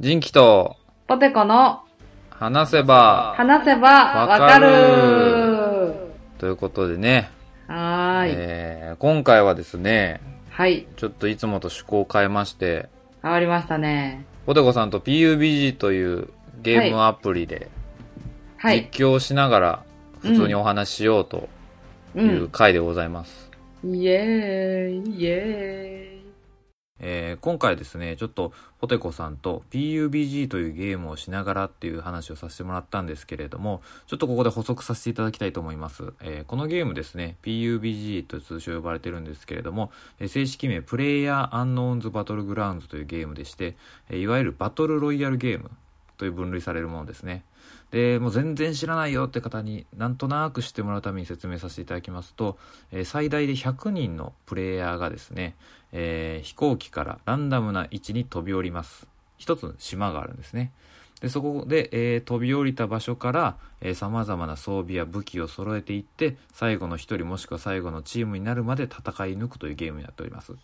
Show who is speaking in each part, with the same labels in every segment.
Speaker 1: 人気と
Speaker 2: ポテコの
Speaker 1: 話せば、
Speaker 2: 話せばわかる
Speaker 1: ということでね、
Speaker 2: はーい、
Speaker 1: えー今回はですね、
Speaker 2: はい。
Speaker 1: ちょっといつもと趣向を変えまして、
Speaker 2: 変わりましたね。
Speaker 1: ポテコさんと PUBG というゲームアプリで
Speaker 2: はい。
Speaker 1: 実況しながら普通にお話ししようと
Speaker 2: う。
Speaker 1: いうん回でございます。
Speaker 2: イエーイ、イエーイ。
Speaker 1: えー今回ですね、ちょっとポテコさんと PUBG というゲームをしながらっていう話をさせてもらったんですけれども、ちょっとここで補足させていただきたいと思います。えーこのゲームですね、PUBG と通称呼ばれてるんですけれども、えー正式名、プレイヤーアンノーンズバトルグラウンズというゲームでして、えーいわゆるバトルロイヤルゲームという分類されるものですね。で、もう全然知らないよって方になんとなく知ってもらうために説明させていただきますと、えー最大で100人のプレイヤーがですね、えー飛行機からランダムな位置に飛び降ります。一つの島があるんですね。で、そこで、えー飛び降りた場所から、えー様々な装備や武器を揃えていって、最後の一人もしくは最後のチームになるまで戦い抜くというゲームになっております。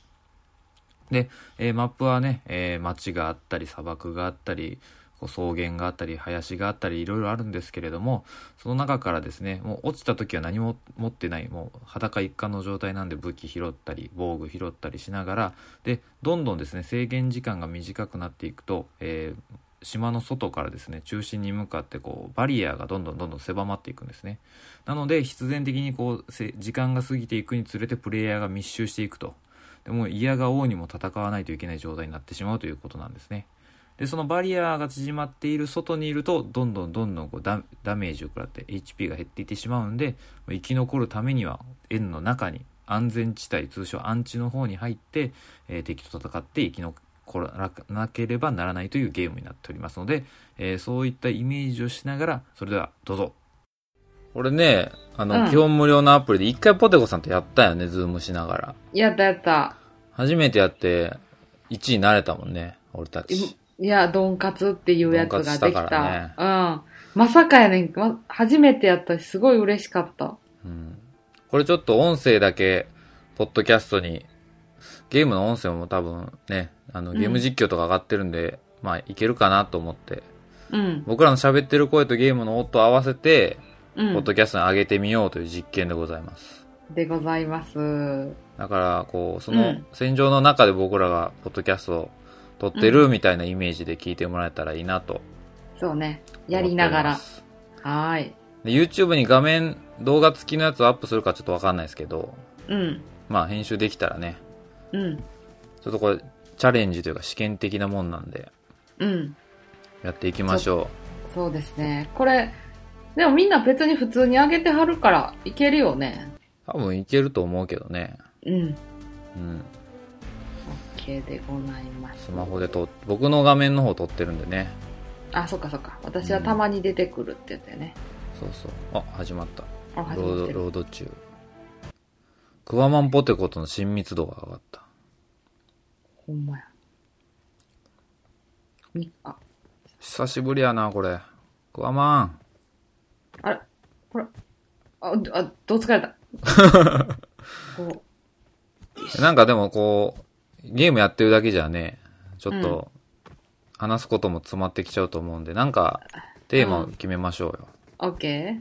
Speaker 1: で、えーマップはね、えー街があったり、砂漠があったり、こう草原があったり、林があったり、いろいろあるんですけれども、その中からですね、もう落ちた時は何も持ってない、もう裸一貫の状態なんで武器拾ったり、防具拾ったりしながら、で、どんどんですね、制限時間が短くなっていくと、えー島の外からですね、中心に向かってこう、バリアがどんどんどんどん狭まっていくんですね。なので、必然的にこう、せ時間が過ぎていくにつれてプレイヤーが密集していくと。でもう嫌が王にも戦わないといけない状態になってしまうということなんですね。で、そのバリアが縮まっている外にいると、どんどんどんどんこうダダメージを食らって HP が減っていってしまうんで、生き残るためには円の中に安全地帯、通称暗地の方に入って、えー敵と戦って生き残らなければならないというゲームになっておりますので、えーそういったイメージをしながら、それではどうぞ。俺ね、あの、
Speaker 2: うん
Speaker 1: 基本無料のアプリで一回ポテコさんとやったよね、ズームしながら。
Speaker 2: やったやった。
Speaker 1: 初めてやって、1位になれたもんね、俺たち。
Speaker 2: いや、ドンカツっていうやつができ
Speaker 1: ドンカツした
Speaker 2: た。
Speaker 1: からね
Speaker 2: うん。まさかやねん。ま初めてやったし、すごい嬉しかった。
Speaker 1: うんこれちょっと音声だけ、ポッドキャストに、ゲームの音声も多分ね、あの、
Speaker 2: うん
Speaker 1: ゲーム実況とか上がってるんで、まあ、いけるかなと思って、
Speaker 2: うん。
Speaker 1: 僕らの喋ってる声とゲームの音を合わせて、
Speaker 2: うん。
Speaker 1: ポッドキャストに上げてみようという実験でございます。
Speaker 2: でございます。う
Speaker 1: だから、こう、そうの
Speaker 2: ん
Speaker 1: 戦場の中で僕らがポッドキャストを撮ってるみたいなイメージで聞いてもらえたらいいなと思って
Speaker 2: そうね。
Speaker 1: おります。
Speaker 2: やりながら。はーい。
Speaker 1: で YouTube に画面、動画付きのやつをアップするかちょっとわかんないですけど、
Speaker 2: うん。
Speaker 1: まあ編集できたらね、
Speaker 2: うん。
Speaker 1: ちょっとこれ、チャレンジというか試験的なもんなんで、
Speaker 2: うん。
Speaker 1: やっていきましょ
Speaker 2: そうですね。これ、でもみんな別に普通にあげてはるから、いけるよね。
Speaker 1: う。多分いけると思うけどね。
Speaker 2: うん。
Speaker 1: うん。
Speaker 2: OK でございます。
Speaker 1: スマホで撮、僕の画面の方撮ってるんでね。
Speaker 2: あ、そっかそっか。私はたまに出てくるってやつやね。
Speaker 1: そうそう。あ、始まった。
Speaker 2: あ、始
Speaker 1: ロ
Speaker 2: まっ
Speaker 1: ー
Speaker 2: て
Speaker 1: ド、
Speaker 2: る。
Speaker 1: ロード中。クワマンポテコとの親密度が上がった。
Speaker 2: ほんまや。み、あ、
Speaker 1: 久しぶりやな、これ。クワマン。
Speaker 2: あれ、これ、あ、どあどう疲 れた。こ
Speaker 1: なんかでもこう、ゲームやってるだけじゃね、ちょっと、話すことも詰まってきちゃうと思うんで、なんか、テーマを決めましょうよ。
Speaker 2: う、オッケ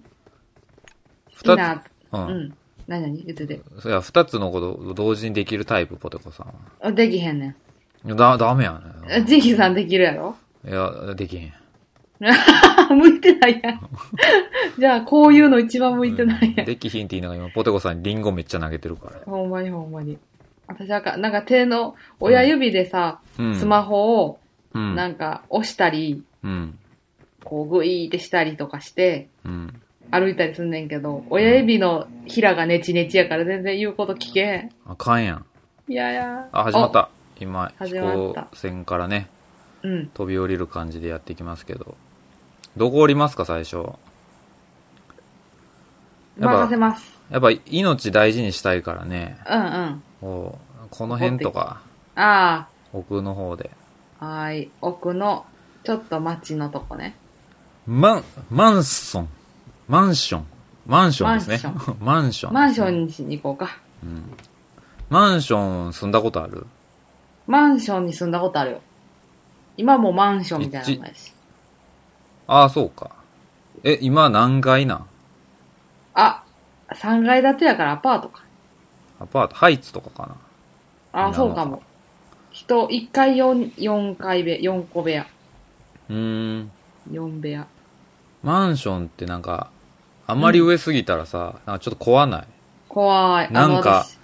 Speaker 2: ー
Speaker 1: 二
Speaker 2: 好きな、
Speaker 1: う。
Speaker 2: うんん。何何言ってて。
Speaker 1: そりゃ、二つのことを同時にできるタイプ、ポテコさんは
Speaker 2: あできへんね
Speaker 1: いや。だ、ダメや
Speaker 2: んあ。
Speaker 1: ね。
Speaker 2: ジギさんできるやろ
Speaker 1: いや、できへん。
Speaker 2: 向いてないやん。じゃあ、こういうの一番向いてないやん。
Speaker 1: できひんって言いながら今、ポテコさんにリンゴめっちゃ投げてるから。
Speaker 2: ほんまにほんまに。私はか、なんか手の親指でさ、
Speaker 1: うん。
Speaker 2: スマホを
Speaker 1: うん。
Speaker 2: なんか押したり、
Speaker 1: うん。
Speaker 2: こうグイーってしたりとかして、
Speaker 1: うん。
Speaker 2: 歩いたりすんねんけど、親指のひらがネチネチやから全然言うこと聞けへん。
Speaker 1: あかんやん。
Speaker 2: いやいや。
Speaker 1: あ、始まった。今、飛
Speaker 2: 始まっ
Speaker 1: 行
Speaker 2: た
Speaker 1: 船からね、
Speaker 2: お。うん。
Speaker 1: 飛び降りる感じでやっていきますけど。どこ降りますか、最初。やっぱ
Speaker 2: 任せます。
Speaker 1: やっぱ、命大事にしたいからね。
Speaker 2: うんうん。
Speaker 1: もう、この辺とか、
Speaker 2: あ
Speaker 1: 奥の方で。
Speaker 2: あ、はーい。奥の、ちょっと街のとこね。
Speaker 1: マン、マンソン。マンション。マンションですね。マンション。
Speaker 2: マンションにしに行こうか。
Speaker 1: マンション住んだことある
Speaker 2: マンションに住んだことあるよ。今はもうマンションみたいなのがし。
Speaker 1: ああ、そうか。え、今何階なん
Speaker 2: あ、3階建てやからアパートか。
Speaker 1: アパート、ハイツとかかな。
Speaker 2: あ、そうかも。人、1階4、4階部、4個部屋。
Speaker 1: うーん。
Speaker 2: 4部屋。
Speaker 1: マンションってなんか、あんまり上すぎたらさ、なんかちょっと怖ない。
Speaker 2: 怖い。
Speaker 1: なんか
Speaker 2: あの私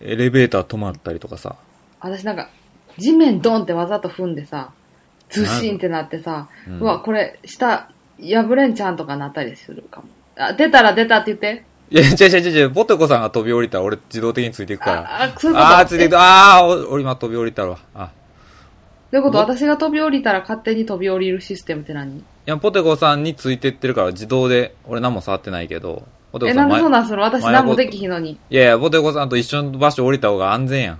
Speaker 1: エレベーター止まったりとかさ。
Speaker 2: 私なんか、地面ドンってわざと踏んでさ、ズシンってなってさ、
Speaker 1: うん
Speaker 2: うわ、これ、下、破れんちゃんとかなったりするかも。あ、出たら出たって言って。
Speaker 1: いや、違う違う違う、ポテコさんが飛び降りたら俺自動的についていくから。
Speaker 2: あ、あそういうこと
Speaker 1: あ あー、ついていく、ああ、お俺今飛び降りたわ。あ。
Speaker 2: どういうこと
Speaker 1: も
Speaker 2: 私が飛び降りたら勝手に飛び降りるシステムって何
Speaker 1: いや、ポテコさんについてってるから自動で、俺何も触ってないけど。ポテ
Speaker 2: え、
Speaker 1: コさ
Speaker 2: なん
Speaker 1: ん
Speaker 2: でそう
Speaker 1: 前、
Speaker 2: なんする私
Speaker 1: 前の
Speaker 2: 何
Speaker 1: こと
Speaker 2: もできひんのに。
Speaker 1: いやいや、ポテコさんと一緒の場所降りた方が安全やん。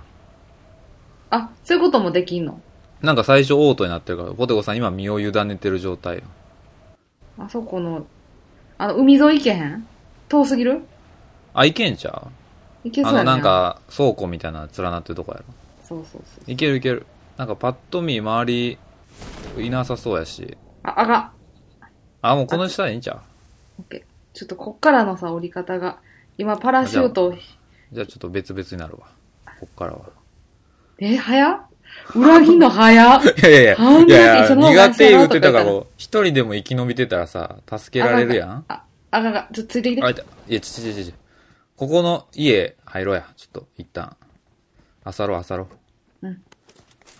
Speaker 2: あ、そういうこともできんの
Speaker 1: なんか最初オートになってるから、ポテコさん今身を委ねてる状態よ。
Speaker 2: あそこの、あの、海沿い行けへん遠すぎる
Speaker 1: あ、いけんちゃ
Speaker 2: 行
Speaker 1: う
Speaker 2: けそ
Speaker 1: あ
Speaker 2: うや
Speaker 1: の、なん。か、倉庫みたいな連なってるとこやろ。
Speaker 2: そうそうそう。
Speaker 1: いけるいける。なんかパッと見周り、いなさそうやし。
Speaker 2: あ、あが、
Speaker 1: あ、もうこの下でいいんちゃ
Speaker 2: オッケー。ちょっとこっからのさ、降り方が。今、パラシュートを、
Speaker 1: うじゃあちょっと別々になるわ。こっからは。
Speaker 2: え、早っ裏切んの早っ
Speaker 1: いやいやいや
Speaker 2: あん、
Speaker 1: い
Speaker 2: なやつ
Speaker 1: やい
Speaker 2: その方
Speaker 1: や
Speaker 2: が
Speaker 1: 苦手言うてたから
Speaker 2: その方が
Speaker 1: こう、一人でも生き延びてたらさ、助けられるやん。
Speaker 2: あ、あがが、ちょっとついてきて。
Speaker 1: あ、いた。いや、ちちちちち。ここの家入ろうや。ちょっと、一旦。あさろう、あさろう。
Speaker 2: うん。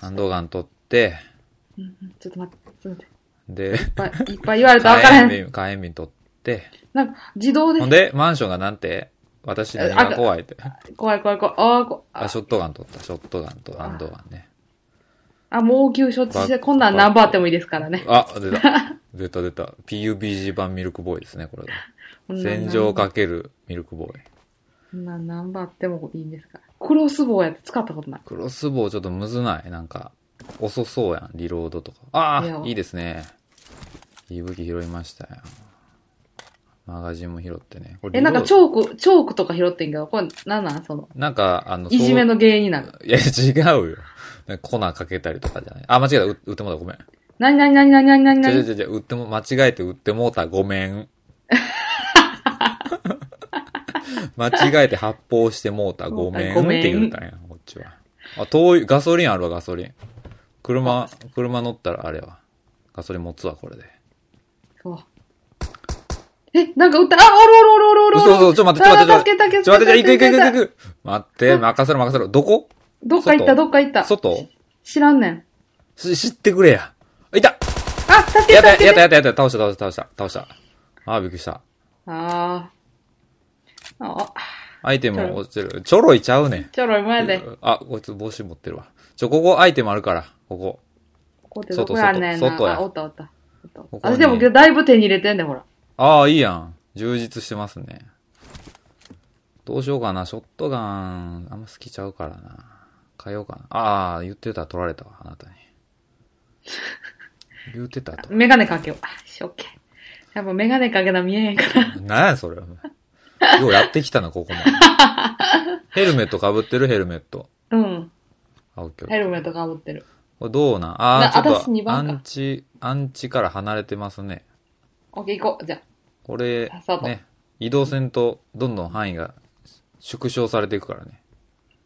Speaker 1: ハンドガン取って、
Speaker 2: うんうんちょっと待って、ちょっと
Speaker 1: で、
Speaker 2: 待って。いっぱい、いっぱい 言われたら分から
Speaker 1: 火炎
Speaker 2: へん。
Speaker 1: 瓶、火炎瓶取って、
Speaker 2: なんか、自動で
Speaker 1: ほん、で、マンションがなんて、私何が怖いって。
Speaker 2: 怖い怖い怖い。あーこ
Speaker 1: あ、
Speaker 2: あ
Speaker 1: ショットガン取った、ショットガンとハンドガンね。
Speaker 2: あ、もう応急処置し
Speaker 1: バ
Speaker 2: て、こんなん何番あってもいいですからね。
Speaker 1: あ、出 た。出た出た。PUBG 版ミルクボーイですね、これが。
Speaker 2: こんなん
Speaker 1: 戦場かけるミルクボーイ。
Speaker 2: こんなん何番あってもいいんですから。クロスボウやって使ったことない。
Speaker 1: クロスボウちょっとむずないなんか、遅そうやん、リロードとか。
Speaker 2: い
Speaker 1: あ
Speaker 2: や
Speaker 1: あいいですね。いい武器拾いましたよ。マガジンも拾ってね。これ
Speaker 2: え、
Speaker 1: リロ
Speaker 2: な
Speaker 1: ード
Speaker 2: んかチョーク、チョークとか拾ってんけど、これなんなんその、
Speaker 1: なんか、あの、
Speaker 2: いじめ
Speaker 1: そう
Speaker 2: の原因になる。
Speaker 1: いや、違うよ。なんか粉かけたりとかじゃない。あ、間違えた。う売ってもうた。ごめん。
Speaker 2: なになになになになになにな
Speaker 1: 違う違
Speaker 2: に
Speaker 1: う違う。売っても、間違えて売ってもうた。ごめ ん。間違えて発砲してもうた。ごめん。
Speaker 2: ごめん
Speaker 1: って言ったんや、こっちは。あ、灯油、ガソリンあるわ、ガソリン。車、車乗ったらあれは。ガソリン持つわ、これで。
Speaker 2: そう。え、なんか歌、あ、おるおるおるおるおる。
Speaker 1: そうそう、ちょ、待って、ちょ、待って、
Speaker 2: 助けた、助け
Speaker 1: ちょ、待って、ちょ、
Speaker 2: た
Speaker 1: 行く行く行く
Speaker 2: く。
Speaker 1: 行く。待って、任せろ任せろ。どこ
Speaker 2: どっか行った、どっか行った。
Speaker 1: 外
Speaker 2: 知らんねん。
Speaker 1: し知ってくれや。あいた
Speaker 2: あ、助け、
Speaker 1: やったた
Speaker 2: 助
Speaker 1: や
Speaker 2: け
Speaker 1: った
Speaker 2: た。
Speaker 1: やったやった倒した倒した倒した倒した。あーびっくりした。
Speaker 2: あー。あ、
Speaker 1: アイテム落ちてる。ちょろいちゃうねん。
Speaker 2: ちょろい前で。
Speaker 1: あ、こいつ帽子持ってるわ。ちょ、ここアイテムあるから、ここ。
Speaker 2: ここってどこやねんな。
Speaker 1: 外外外や
Speaker 2: あ、おったおった。おったお
Speaker 1: ここ
Speaker 2: った
Speaker 1: に
Speaker 2: 私でもだいぶ手に入れてんねん、ほら。
Speaker 1: ああ、いいやん。充実してますね。どうしようかな。ショットガン、あんま好きちゃうからな。変えようかな。ああ、言ってた、取られたわ、あな たに。言ってたと。
Speaker 2: メガネかけよう。あ、しょっけ。やっぱメガネかけな見えへんから。
Speaker 1: なんや、それ。ようやってきたな、ここも。ヘルメット被ってる、ヘルメット。
Speaker 2: うん。
Speaker 1: あ、オッケーオッケ
Speaker 2: ヘ
Speaker 1: ー。
Speaker 2: ルメットかぶってる。
Speaker 1: これどうなんああ、
Speaker 2: な
Speaker 1: ちょっ
Speaker 2: 私二
Speaker 1: と、ア
Speaker 2: 番か
Speaker 1: ンチ、アンチから離れてますね。
Speaker 2: オッケー行こう。じゃあ。
Speaker 1: これ
Speaker 2: さっさ、と
Speaker 1: ね、移動戦とどんどん範囲が縮小されていくからね。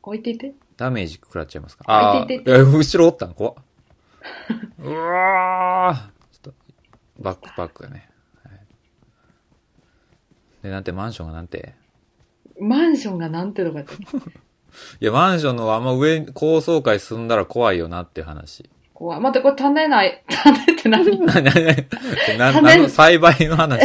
Speaker 2: 置いていて。
Speaker 1: ダメージ食らっちゃいますから。
Speaker 2: あ
Speaker 1: あ
Speaker 2: い
Speaker 1: あ
Speaker 2: てい
Speaker 1: ー、いや後ろおったん怖っうわーちょっと、バックパックやね。はいで、なんて、マンションがなんて。
Speaker 2: マンションがなんてとかって。
Speaker 1: いや、マンションのあんま上、高層階進んだら怖いよなっていう話。
Speaker 2: 怖い。待って、これ種ない。種っ て何
Speaker 1: な、な、な、な、
Speaker 2: 種
Speaker 1: なの栽培の話。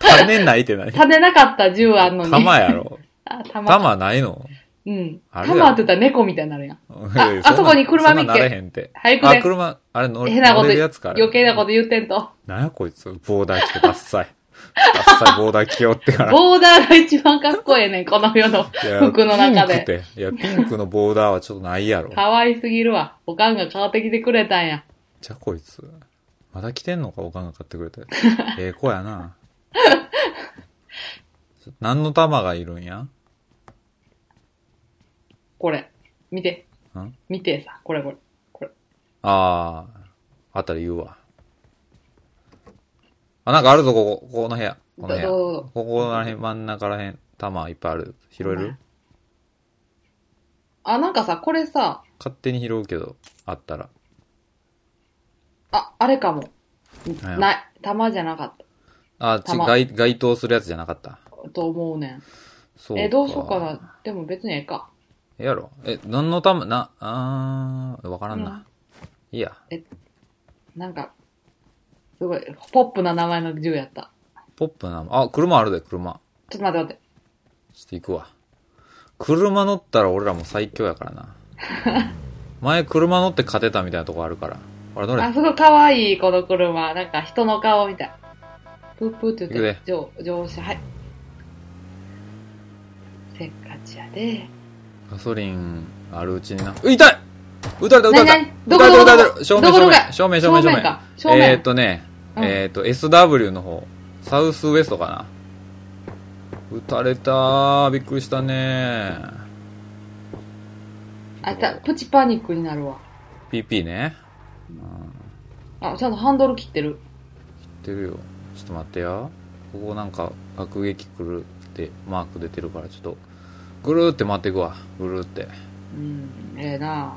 Speaker 1: 種ないって何
Speaker 2: 種なかった銃あんのに。
Speaker 1: 玉やろ。
Speaker 2: あ、玉。
Speaker 1: 玉ないの
Speaker 2: うん。
Speaker 1: あ
Speaker 2: 玉
Speaker 1: れや
Speaker 2: って言ったら猫みたいになるやん。
Speaker 1: あ
Speaker 2: あそこに車見っけ
Speaker 1: なれへんて。
Speaker 2: 早く
Speaker 1: あ、
Speaker 2: ね。
Speaker 1: 車、あれ乗れ
Speaker 2: 変な
Speaker 1: 乗
Speaker 2: こと
Speaker 1: れるやつから。
Speaker 2: 余計なこと言ってんと。
Speaker 1: なんやこいつ、ボーダー着てダッサい。ダッサいボーダー着よってから。
Speaker 2: ボーダーが一番かっこええねん、この世の
Speaker 1: いや
Speaker 2: 服の中で。
Speaker 1: ピンクって。いや、ピンクのボーダーはちょっとないやろ。
Speaker 2: 可愛すぎるわ。おかんが買ってきてくれたんや。
Speaker 1: じゃあこいつ。まだ着てんのかおかんが買ってく れたやつええ子やな。何の玉がいるんや
Speaker 2: これ。見て
Speaker 1: ん。
Speaker 2: 見てさ。これこれ。これ。
Speaker 1: ああ。あったら言うわ。あ、なんかあるぞ、ここ。ここの部屋。この部屋。
Speaker 2: ど
Speaker 1: ここら辺、真ん中ら辺、玉いっぱいある。拾える
Speaker 2: あ、なんかさ、これさ、
Speaker 1: 勝手に拾うけど、あったら。
Speaker 2: あ、あれかも。
Speaker 1: 何や
Speaker 2: ない。玉じゃなかっ
Speaker 1: あ、ち、
Speaker 2: 玉
Speaker 1: 該、該当するやつじゃなかった。
Speaker 2: たと思うねん。
Speaker 1: そうか。
Speaker 2: え、どうしようか。な。でも別にええか。
Speaker 1: ええやろ。え、何の玉、な、あー、わからんな。いいや。
Speaker 2: なんか、すごい、ポップな名前の銃やった。
Speaker 1: ポップな、あ、車あるで、車。
Speaker 2: ちょっと待って待って。
Speaker 1: ちょっと行くわ。車乗ったら俺らも最強やからな。 前車乗って勝てたみたいなとこあるから。あれ乗れ。
Speaker 2: あ、すごい可愛い、この車。なんか人の顔みたい。プープーって言って、上、上司、はい。せっかちやで。
Speaker 1: ガソリンあるうちにな。うい痛い撃たれた撃たれた
Speaker 2: 何何どこ
Speaker 1: 撃たれた
Speaker 2: ど
Speaker 1: 撃たれた
Speaker 2: こどこ
Speaker 1: 正
Speaker 2: ど
Speaker 1: 面
Speaker 2: こどこや
Speaker 1: 正面正面正面正
Speaker 2: 正面
Speaker 1: 面
Speaker 2: か。正面。
Speaker 1: えーっとね、
Speaker 2: うん
Speaker 1: えーっと SW の方。サウスウエストかな。撃たれたー。びっくりしたね
Speaker 2: あ、た、プチパニックになるわ。
Speaker 1: PP ね。
Speaker 2: あ、ちゃんとハンドル切ってる。
Speaker 1: 出るよちょっと待ってよここなんか爆撃来るってマーク出てるからちょっとぐるーって回っていくわぐるーって
Speaker 2: うん、ええな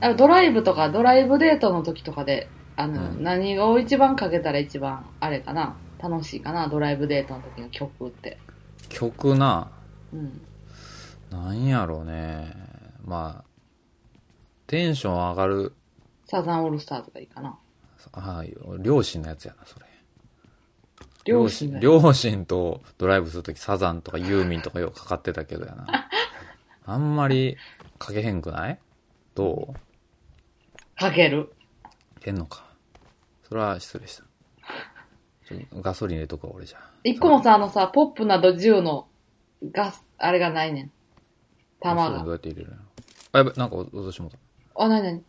Speaker 2: あドライブとか、ドライブデートの時とかで、あの、
Speaker 1: うん
Speaker 2: 何を一番かけたら一番、あれかな、楽しいかな、ドライブデートの時の曲って。
Speaker 1: 曲な
Speaker 2: うん。
Speaker 1: なんやろうねまあテンション上がる
Speaker 2: サザンオールスターズがいいかな。
Speaker 1: はい両親のやつやなそれ
Speaker 2: 両親が。
Speaker 1: 両親とドライブするときサザンとかユーミンとかよくかかってたけどやなあんまりかけへんくないどう
Speaker 2: かける。
Speaker 1: へんのかそれは失礼したちょガソリン入れとくわ俺じゃ
Speaker 2: 一個もさ、あのさ、ポップなど銃のガス、あれがないねん。弾
Speaker 1: それど
Speaker 2: が
Speaker 1: う。やって入れるのあ、やべ、なんか落としもた。
Speaker 2: あ、なになに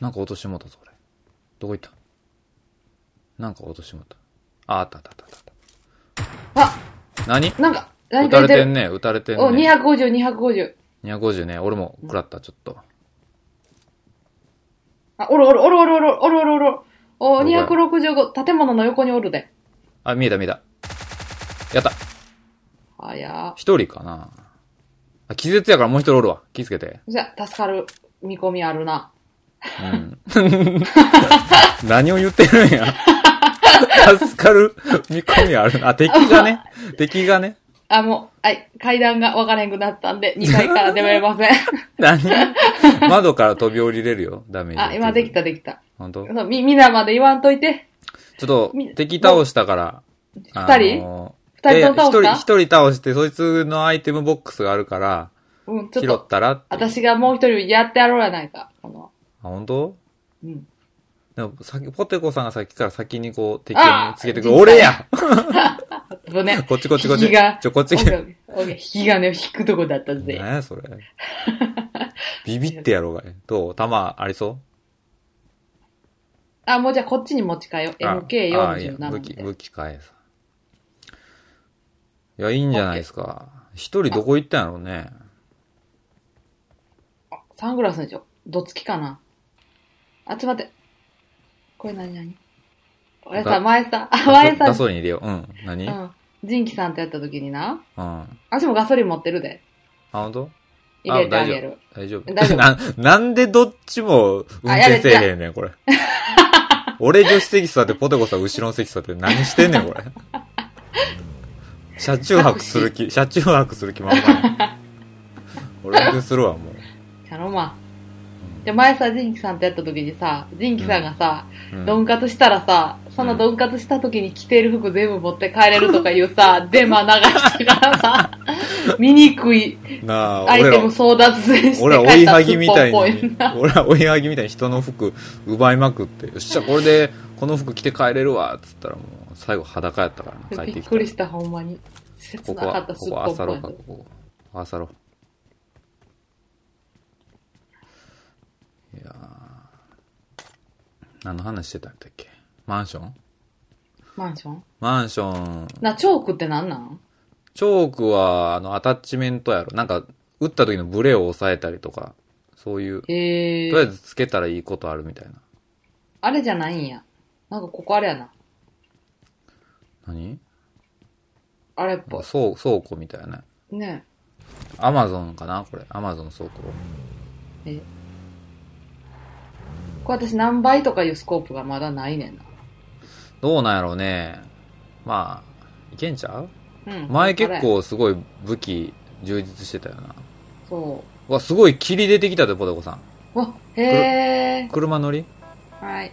Speaker 1: なんか落としもたぞ、俺。どこ行ったなんか落としもた。あ、あったあったあったあっ
Speaker 2: あ、
Speaker 1: た。何
Speaker 2: なんか、
Speaker 1: 撃
Speaker 2: 何
Speaker 1: た
Speaker 2: か
Speaker 1: れ
Speaker 2: 出
Speaker 1: て
Speaker 2: て
Speaker 1: ん
Speaker 2: る。
Speaker 1: ね、撃たれて
Speaker 2: お、
Speaker 1: んね。
Speaker 2: 250、250。
Speaker 1: 250ね、俺も食らった、ちょっと。
Speaker 2: あ、おるおるおるおるおるおるおるおる。お、
Speaker 1: どこや
Speaker 2: 265、建物の横におるで。
Speaker 1: あ、見えた見えた。やった。
Speaker 2: あや
Speaker 1: 一人かな。あ、気絶やからもう一人おるわ。気ぃつけて。
Speaker 2: ー。じゃあ、助かる見込みあるな。
Speaker 1: うん。 何を言ってるんや。助かる見込みあるな。あ、敵がね。敵がね。
Speaker 2: あ、もう、はい、階段が分からへんくなったんで、2階から出られま せん。
Speaker 1: 何窓から飛び降りれるよ。ダメージ。
Speaker 2: あ、今でき。たできた。
Speaker 1: 本当。ちょ
Speaker 2: そうみ、みんなまで言わんといて。
Speaker 1: っと
Speaker 2: み、
Speaker 1: 敵倒したから。
Speaker 2: 二人
Speaker 1: 人
Speaker 2: 二人とも倒した
Speaker 1: 一人、一人倒して、そいつのアイテムボックスがあるから、
Speaker 2: うん、ちょっ
Speaker 1: 拾
Speaker 2: と
Speaker 1: っ、たら。あ、
Speaker 2: 私がもう一人やってやろうやないか。この、
Speaker 1: 本当？
Speaker 2: うん。
Speaker 1: でも、さっき、ポテコさんがさっきから先にこう、敵に
Speaker 2: あ
Speaker 1: つけてくる。
Speaker 2: 実際
Speaker 1: 俺や
Speaker 2: ぶね。
Speaker 1: こっちこっちこっ
Speaker 2: 引
Speaker 1: ち。
Speaker 2: きが
Speaker 1: ちょ、こっ
Speaker 2: オ
Speaker 1: ち
Speaker 2: ッ
Speaker 1: 来
Speaker 2: ケー
Speaker 1: て。
Speaker 2: オッケーオッケー引き金を引くとこだっ たぜ。
Speaker 1: 何やそれ。ビビってやろうがね。どう弾ありそ
Speaker 2: あ、もうじゃあこっちに持ち替えよう。
Speaker 1: うああいや
Speaker 2: MK47
Speaker 1: 武
Speaker 2: で
Speaker 1: 器、武器変えさ。いや、いいんじゃないですか。一人どこ行ったんやろうね。
Speaker 2: サングラスでしょ。どつきかな。あ、ちょっと待って。これ何何俺
Speaker 1: だ
Speaker 2: さ、前さ、あ、前さ
Speaker 1: ダ、ソリン入れよう。うん。何
Speaker 2: う
Speaker 1: うん。
Speaker 2: ん。ジンキさんとやった時にな、
Speaker 1: あ、
Speaker 2: 私もガソリン持ってるで。
Speaker 1: 本当
Speaker 2: 入れてあげる。
Speaker 1: 大丈夫。
Speaker 2: 大丈 夫
Speaker 1: な、なんでどっちも運転せえへんねん、これ。俺助手席座って、ポテコさん後ろの席座って、何してんねん、これ。車中泊する気、車中泊する気まんまや。俺運転するわ、もう。
Speaker 2: 頼むわ。で、前さ、ジンキさんとやった時にさ、ジンキさんがさ、
Speaker 1: うん
Speaker 2: ドンカツしたらさ、そのドンカツした時に着てる服全部持って帰れるとかいうさ、 デマ流してからさ、醜い
Speaker 1: なあ、
Speaker 2: アイ
Speaker 1: 俺
Speaker 2: テ
Speaker 1: ら
Speaker 2: ム、争奪戦して
Speaker 1: 俺ら追
Speaker 2: 帰っ
Speaker 1: い
Speaker 2: たら
Speaker 1: は
Speaker 2: す
Speaker 1: ぎ
Speaker 2: っ
Speaker 1: み
Speaker 2: ぽ
Speaker 1: たい
Speaker 2: んぽ
Speaker 1: に
Speaker 2: いな。、
Speaker 1: 俺ら追いはぎみたいに人の服奪いまくって、よっしゃ、これで、この服着て帰れるわ、っつったらもう、最後裸やったからな、帰って
Speaker 2: びっ
Speaker 1: きた
Speaker 2: く。りした、ほんまに。切
Speaker 1: こ
Speaker 2: な
Speaker 1: こ
Speaker 2: か
Speaker 1: は、
Speaker 2: った、
Speaker 1: こ
Speaker 2: すっ
Speaker 1: こ
Speaker 2: ぽ
Speaker 1: は
Speaker 2: んぽ
Speaker 1: 朝
Speaker 2: い
Speaker 1: ろ
Speaker 2: な
Speaker 1: か、ここ。朝ろ。いやー何の話してたんだっけマンション
Speaker 2: マンション
Speaker 1: マンション、
Speaker 2: な、チョークってなんなん
Speaker 1: チョークは、あの、アタッチメントやろ。なんか、打った時のブレを抑えたりとか、そういう、と
Speaker 2: へえ
Speaker 1: りあえずつけたらいいことあるみたいな。
Speaker 2: あれじゃないんや。なんかここあれやな。
Speaker 1: 何
Speaker 2: あれっ
Speaker 1: なん
Speaker 2: ぽ
Speaker 1: か倉倉庫みたいな。
Speaker 2: い。ね
Speaker 1: アマゾンかなこれ。アマゾン倉庫。
Speaker 2: え。これ私何倍とかいうスコープがまだないねんな。
Speaker 1: どうなんやろうね。まあ、いけんちゃう
Speaker 2: うん。
Speaker 1: 前
Speaker 2: これ
Speaker 1: 結。構すごい武器充実してたよな。
Speaker 2: そう
Speaker 1: わ、すごい霧出てきたで、ポテコさん。
Speaker 2: う。わ、へえ。
Speaker 1: 車乗り
Speaker 2: はい。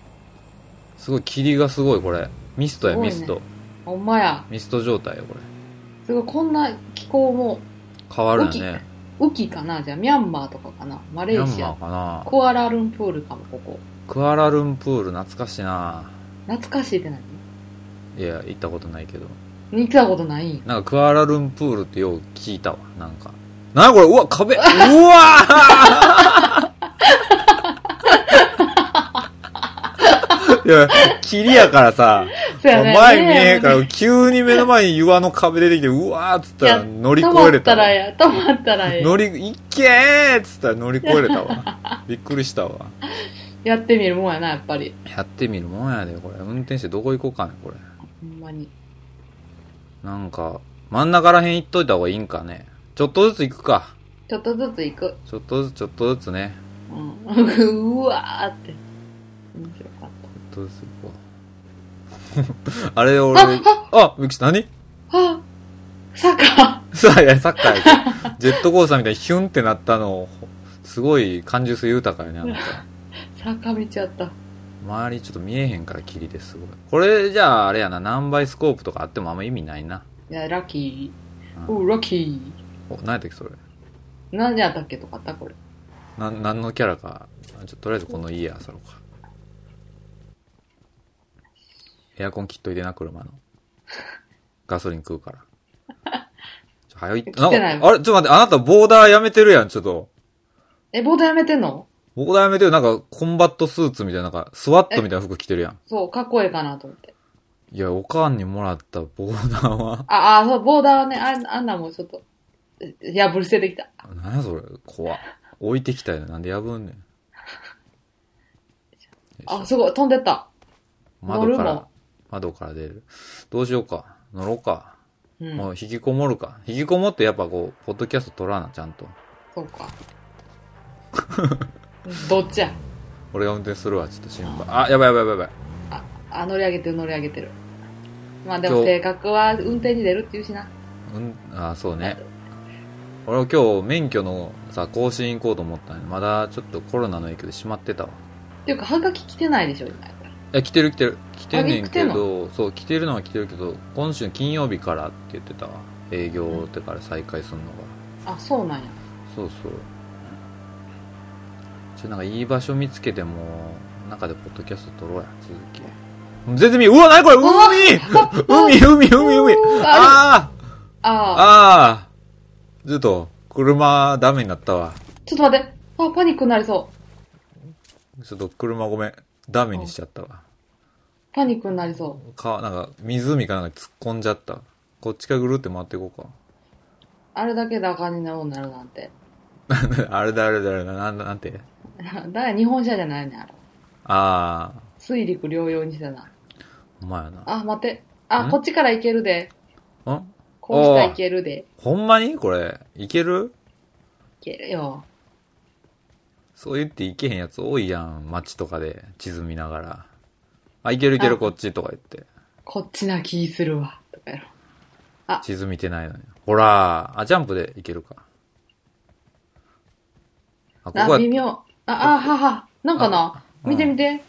Speaker 1: すごい霧がすごい、これ。ミストや、
Speaker 2: すごい
Speaker 1: ミ
Speaker 2: ね
Speaker 1: スト。
Speaker 2: ほんまや。
Speaker 1: ミスト状態よ、これ。
Speaker 2: すごい、こんな気候も、
Speaker 1: 変わるよね。
Speaker 2: 雨季かなじゃあ、ミャンマーとかかなマ
Speaker 1: ミ
Speaker 2: レ
Speaker 1: ャ
Speaker 2: ー
Speaker 1: ン
Speaker 2: シ
Speaker 1: マ
Speaker 2: ア
Speaker 1: ー。かな
Speaker 2: コアラルンプールかも、ここ。
Speaker 1: クアラルンプール、懐かしいな
Speaker 2: 懐かしいって何
Speaker 1: いや、行ったことないけど。
Speaker 2: 行ったことないんや。
Speaker 1: なんかクアラルンプールってよう聞いたわ、なんか。なにこれうわ、壁うわー いや、霧やからさ、
Speaker 2: そうやね。
Speaker 1: 前見えへんか
Speaker 2: ね
Speaker 1: ら、急に目の前に岩の壁出てきて、うわーっつった
Speaker 2: い
Speaker 1: ら
Speaker 2: や
Speaker 1: 乗り
Speaker 2: 止
Speaker 1: 越
Speaker 2: ま
Speaker 1: えれ
Speaker 2: ったた
Speaker 1: わ
Speaker 2: らや、止まったらや。
Speaker 1: 乗り、いけーっつったら乗り越えれたわ。 びっくりしたわ。
Speaker 2: やってみるもんやな、やっぱり。
Speaker 1: やってみるもんやで、これ。運転してどこ行こうかね、これ。
Speaker 2: ほんまに。
Speaker 1: なんか、真ん中らへん行っといた方がいいんかね。ちょっとずつ行くか。
Speaker 2: ちょっとずつ行く。
Speaker 1: ちょっとずつ、ちょっとずつね。
Speaker 2: うん。 うわーって。面白かっ
Speaker 1: どうするか。 あれ、俺、 あ、ミキさん何
Speaker 2: た。あサッカ
Speaker 1: さあ、いや、サッカーやけどジェットコースターみたいにヒュンってなったの、すごい感受性豊かやね、あなた。
Speaker 2: ー坂道やった。
Speaker 1: 周りちょっと見えへんから霧ですごい。これ、じゃあ、あれやな、何倍スコープとかあってもあんま意味ないな。
Speaker 2: いや、ラッキー。
Speaker 1: うん
Speaker 2: おう、ラッキー。
Speaker 1: お、何やったっけ、それ。
Speaker 2: 何やったっけとかあったこれ。
Speaker 1: な、何のキャラか。ちょ、とりあえずこの家漁ろうか。エアコン切っといてな、車の。ガソリン食うから。ちょ、早い、
Speaker 2: 切ってない
Speaker 1: んか、あれ、ちょっと待って、あなたボーダーやめてるやん、ちょっと。
Speaker 2: え、ボードやめてんの
Speaker 1: ボーダーやめてる、なんか、コンバットスーツみたいな、なんか、スワットみたいな服着てるやん。
Speaker 2: そう、かっこええかなと思って。
Speaker 1: いや、おかんにもらったボーダーは、
Speaker 2: あ、あ、そう、ボーダーはね、あんあんなんもちょっと、いやぶり捨ててきた。
Speaker 1: 何やそれ、怖っ。置いてきたやん、なんで破んねん。
Speaker 2: あ、すごい、飛んでった。
Speaker 1: 窓か
Speaker 2: 乗る
Speaker 1: ら
Speaker 2: も、
Speaker 1: 窓から出る。どうしようか。乗ろうか。
Speaker 2: うん。
Speaker 1: もう引きこもるか。引きこもってやっぱこう、ポッドキャスト撮らな、ちゃんと。
Speaker 2: そうか。 どっちや
Speaker 1: 俺が運転するわ、ちょっと心配。あ、やばいやばいやばいやばい。
Speaker 2: あ、乗り上げてる乗り上げてる。まあで
Speaker 1: 今
Speaker 2: も
Speaker 1: 日
Speaker 2: 性格は運転に出るって言うしな。
Speaker 1: うん、あ、そうね。俺は今日免許のさ、更新行こうと思ったのに、まだちょっとコロナの影響で閉まってたわ。
Speaker 2: っていうか、はがき来てないでしょ、今やったら。
Speaker 1: え、来てる来てる。来てんねんけ
Speaker 2: あ来て
Speaker 1: ど、そう、来てるのは来てるけど、今週金曜日からって言ってたわ。営業ってから再開するのが。
Speaker 2: あ、そうなんや。
Speaker 1: そうそう。ちょ、なんかいい場所見つけても、中でポッドキャスト撮ろうや、続き。全然見え、うわ、なにこれ海海、海、海、海。
Speaker 2: あ
Speaker 1: あー
Speaker 2: あ
Speaker 1: あーちょっと、車ダメになったわ。
Speaker 2: ちょっと待って。あ、パニックになりそう。
Speaker 1: ちょっと車ごめん。ダメにしちゃったわ。
Speaker 2: パニックになりそ
Speaker 1: か、なんか、湖かなんか突っ込んじゃった。こっちからぐるって回っていこうか。
Speaker 2: う。あれだけで赤になるなるなんて。
Speaker 1: あれだあれだあれだ、なんなんて。
Speaker 2: だから日本車じゃないねん、あれ。
Speaker 1: ああ、
Speaker 2: 水陸両用にしてな。
Speaker 1: ほんまやな。
Speaker 2: あ、待って。あ、
Speaker 1: ん
Speaker 2: こっちから行けるで。
Speaker 1: ん
Speaker 2: こうしたら行けるで。
Speaker 1: ほんまにこれ、いける
Speaker 2: 行けるよ。
Speaker 1: そう言って行けへんやつ多いやん。街とかで地図見ながら。あ、行ける行ける
Speaker 2: あ
Speaker 1: こっちとか言って。
Speaker 2: こっちな気するわ。とかやろ。
Speaker 1: 地図見てないのに。ほら、あ、ジャンプで行けるか。あ、ここ
Speaker 2: あ、
Speaker 1: は、
Speaker 2: 微妙。あ、あ、はは。なんかな。
Speaker 1: うん
Speaker 2: 見て見て。
Speaker 1: ん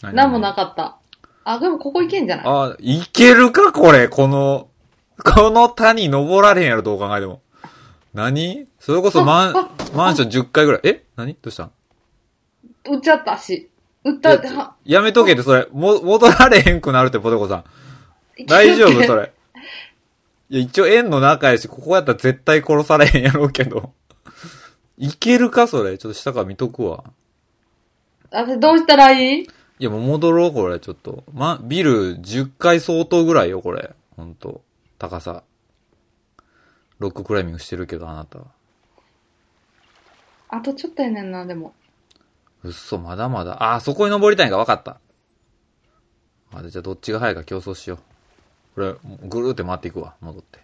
Speaker 1: 何
Speaker 2: なんもなかった。あ、でもここ行けんじゃない
Speaker 1: あ、行けるかこれ、この、この谷登られへんやろ、どう考えても。何それこそ マン、マンション10階ぐらい。え何どうしたん
Speaker 2: 売っちゃったし。売ったって、は、
Speaker 1: ややめとけって、それ。も、戻られへんくなるって、ポテコさん。
Speaker 2: 行ける
Speaker 1: 大
Speaker 2: っ
Speaker 1: 丈
Speaker 2: て
Speaker 1: 夫そ。れ。いや、一応縁の中やし、ここやったら絶対殺されへんやろうけど。いけるかそれ。ちょっと下から見とくわ。
Speaker 2: あ、でどうしたらいい
Speaker 1: いや、もう戻ろう、これ、ちょっと。ま、ビル10階相当ぐらいよ、これ。ほんと。高さ。ロッククライミングしてるけど、あなたは。
Speaker 2: あとちょっとやねんな、でも。
Speaker 1: うっそ、まだまだ。あー、そこに登りたいんか分かった。あじゃあどっちが早いか競争しよう。これ、ぐるーって回っていくわ、戻って。